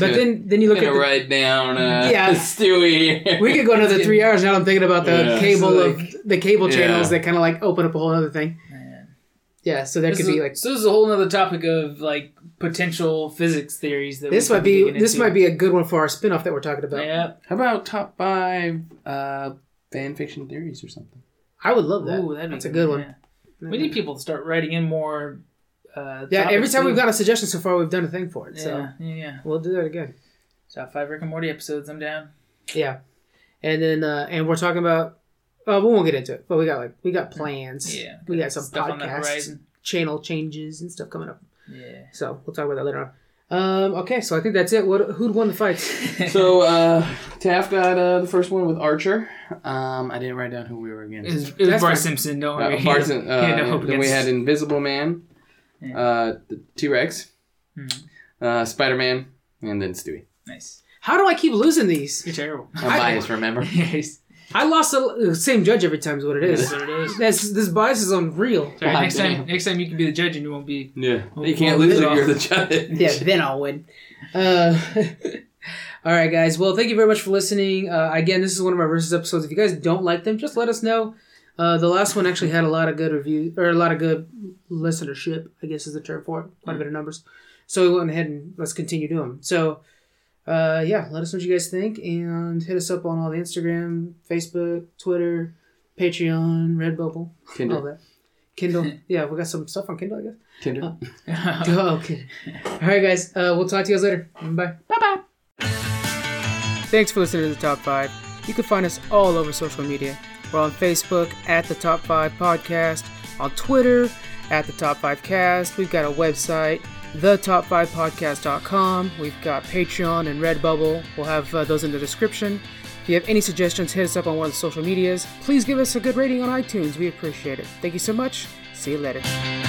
A: But then then you look
C: Gonna
A: at the,
C: write down. Uh,
A: *laughs* Yeah. *laughs*
C: *laughs* Stewie.
A: we could go another three hours now. I'm thinking about the
C: Yeah.
A: cable
B: So,
A: of the cable
C: Yeah.
A: channels that kind of like open up a whole other thing.
B: Man.
A: Yeah, so that
B: This
A: could
B: is-
A: be like
B: so. This is a whole other topic of like potential physics theories that
A: this
B: we
A: might
B: could be
A: be
B: digging
A: this
B: into.
A: might be a good one for our spin-off that we're talking about.
B: Yeah.
C: How about top five uh, fan fiction theories
A: *laughs*
C: or something?
A: I would love that.
B: Ooh, that'd be
A: That's a good one.
B: yeah. We need people to start writing in more. Uh,
A: yeah, every
B: topics,
A: time we've
B: too.
A: got a suggestion so far, we've done a thing for it. So
B: Yeah, yeah, yeah.
A: we'll do that again.
B: Top five Rick and Morty episodes. I'm down.
A: Yeah, and then uh, and we're talking about. Uh, we won't get into it, but we got like we got plans.
B: Yeah.
A: we got some
B: Stuff on the
A: podcast
B: horizon.
A: channel changes and stuff coming up.
B: Yeah.
A: So we'll talk about that later on. Um, okay, so I think that's it. What who'd won the fights?
B: *laughs*
C: so uh, Taft got uh, the first one with Archer. Um, I didn't write down who we were
B: It was,
C: against.
B: it was
A: That's
B: Bart
A: fine.
B: Simpson, don't
C: Uh,
B: worry. *laughs*
C: Barson, uh,
B: Yeah, no,
C: then we
B: against-
C: had Invisible Man,
B: Yeah.
C: uh, the T Rex,
B: Hmm.
C: uh, Spider Man, and then Stewie.
B: Nice.
A: How do I keep losing these?
B: You're terrible.
C: I'm biased,
B: *laughs*
C: remember?
B: yes.
A: I lost the same judge every time. Is what it
C: *laughs*
B: That's
A: is.
B: what it is.
A: That's, this bias is unreal.
B: Sorry,
C: God
B: next
C: damn.
B: time, next time you can be the judge and you won't be.
C: Yeah,
B: Well,
C: you can't
B: well,
C: lose
B: well.
C: if you're the judge.
A: yeah, then I'll win. Uh, *laughs* all right, guys. Well, thank you very much for listening. Uh, again, this is one of our versus episodes. If you guys don't like them, just let us know. Uh, the last one actually had a lot of good review or a lot of good listenership, I guess is the term for it. Quite a bit of numbers. So we went ahead and let's continue doing them. So, uh, yeah, let us know what you guys think and hit us up on all the Instagram, Facebook, Twitter, Patreon, Redbubble, all
C: Tinder.
A: that. Kindle. yeah, we got some stuff on Kindle, I guess.
C: Tinder.
A: *laughs* Oh, okay. All right, guys. Uh, we'll talk to you guys later. Bye. Bye bye. Thanks for listening to the Top 5. You can find us all over social media. We're on Facebook at the Top 5 Podcast, on Twitter at the Top 5 Cast. We've got a website, thetop5podcast.com. We've got Patreon and Redbubble. We'll have uh, those in the description. If you have any suggestions, hit us up on one of the social medias. Please give us a good rating on iTunes. We appreciate it. Thank you so much. See you later.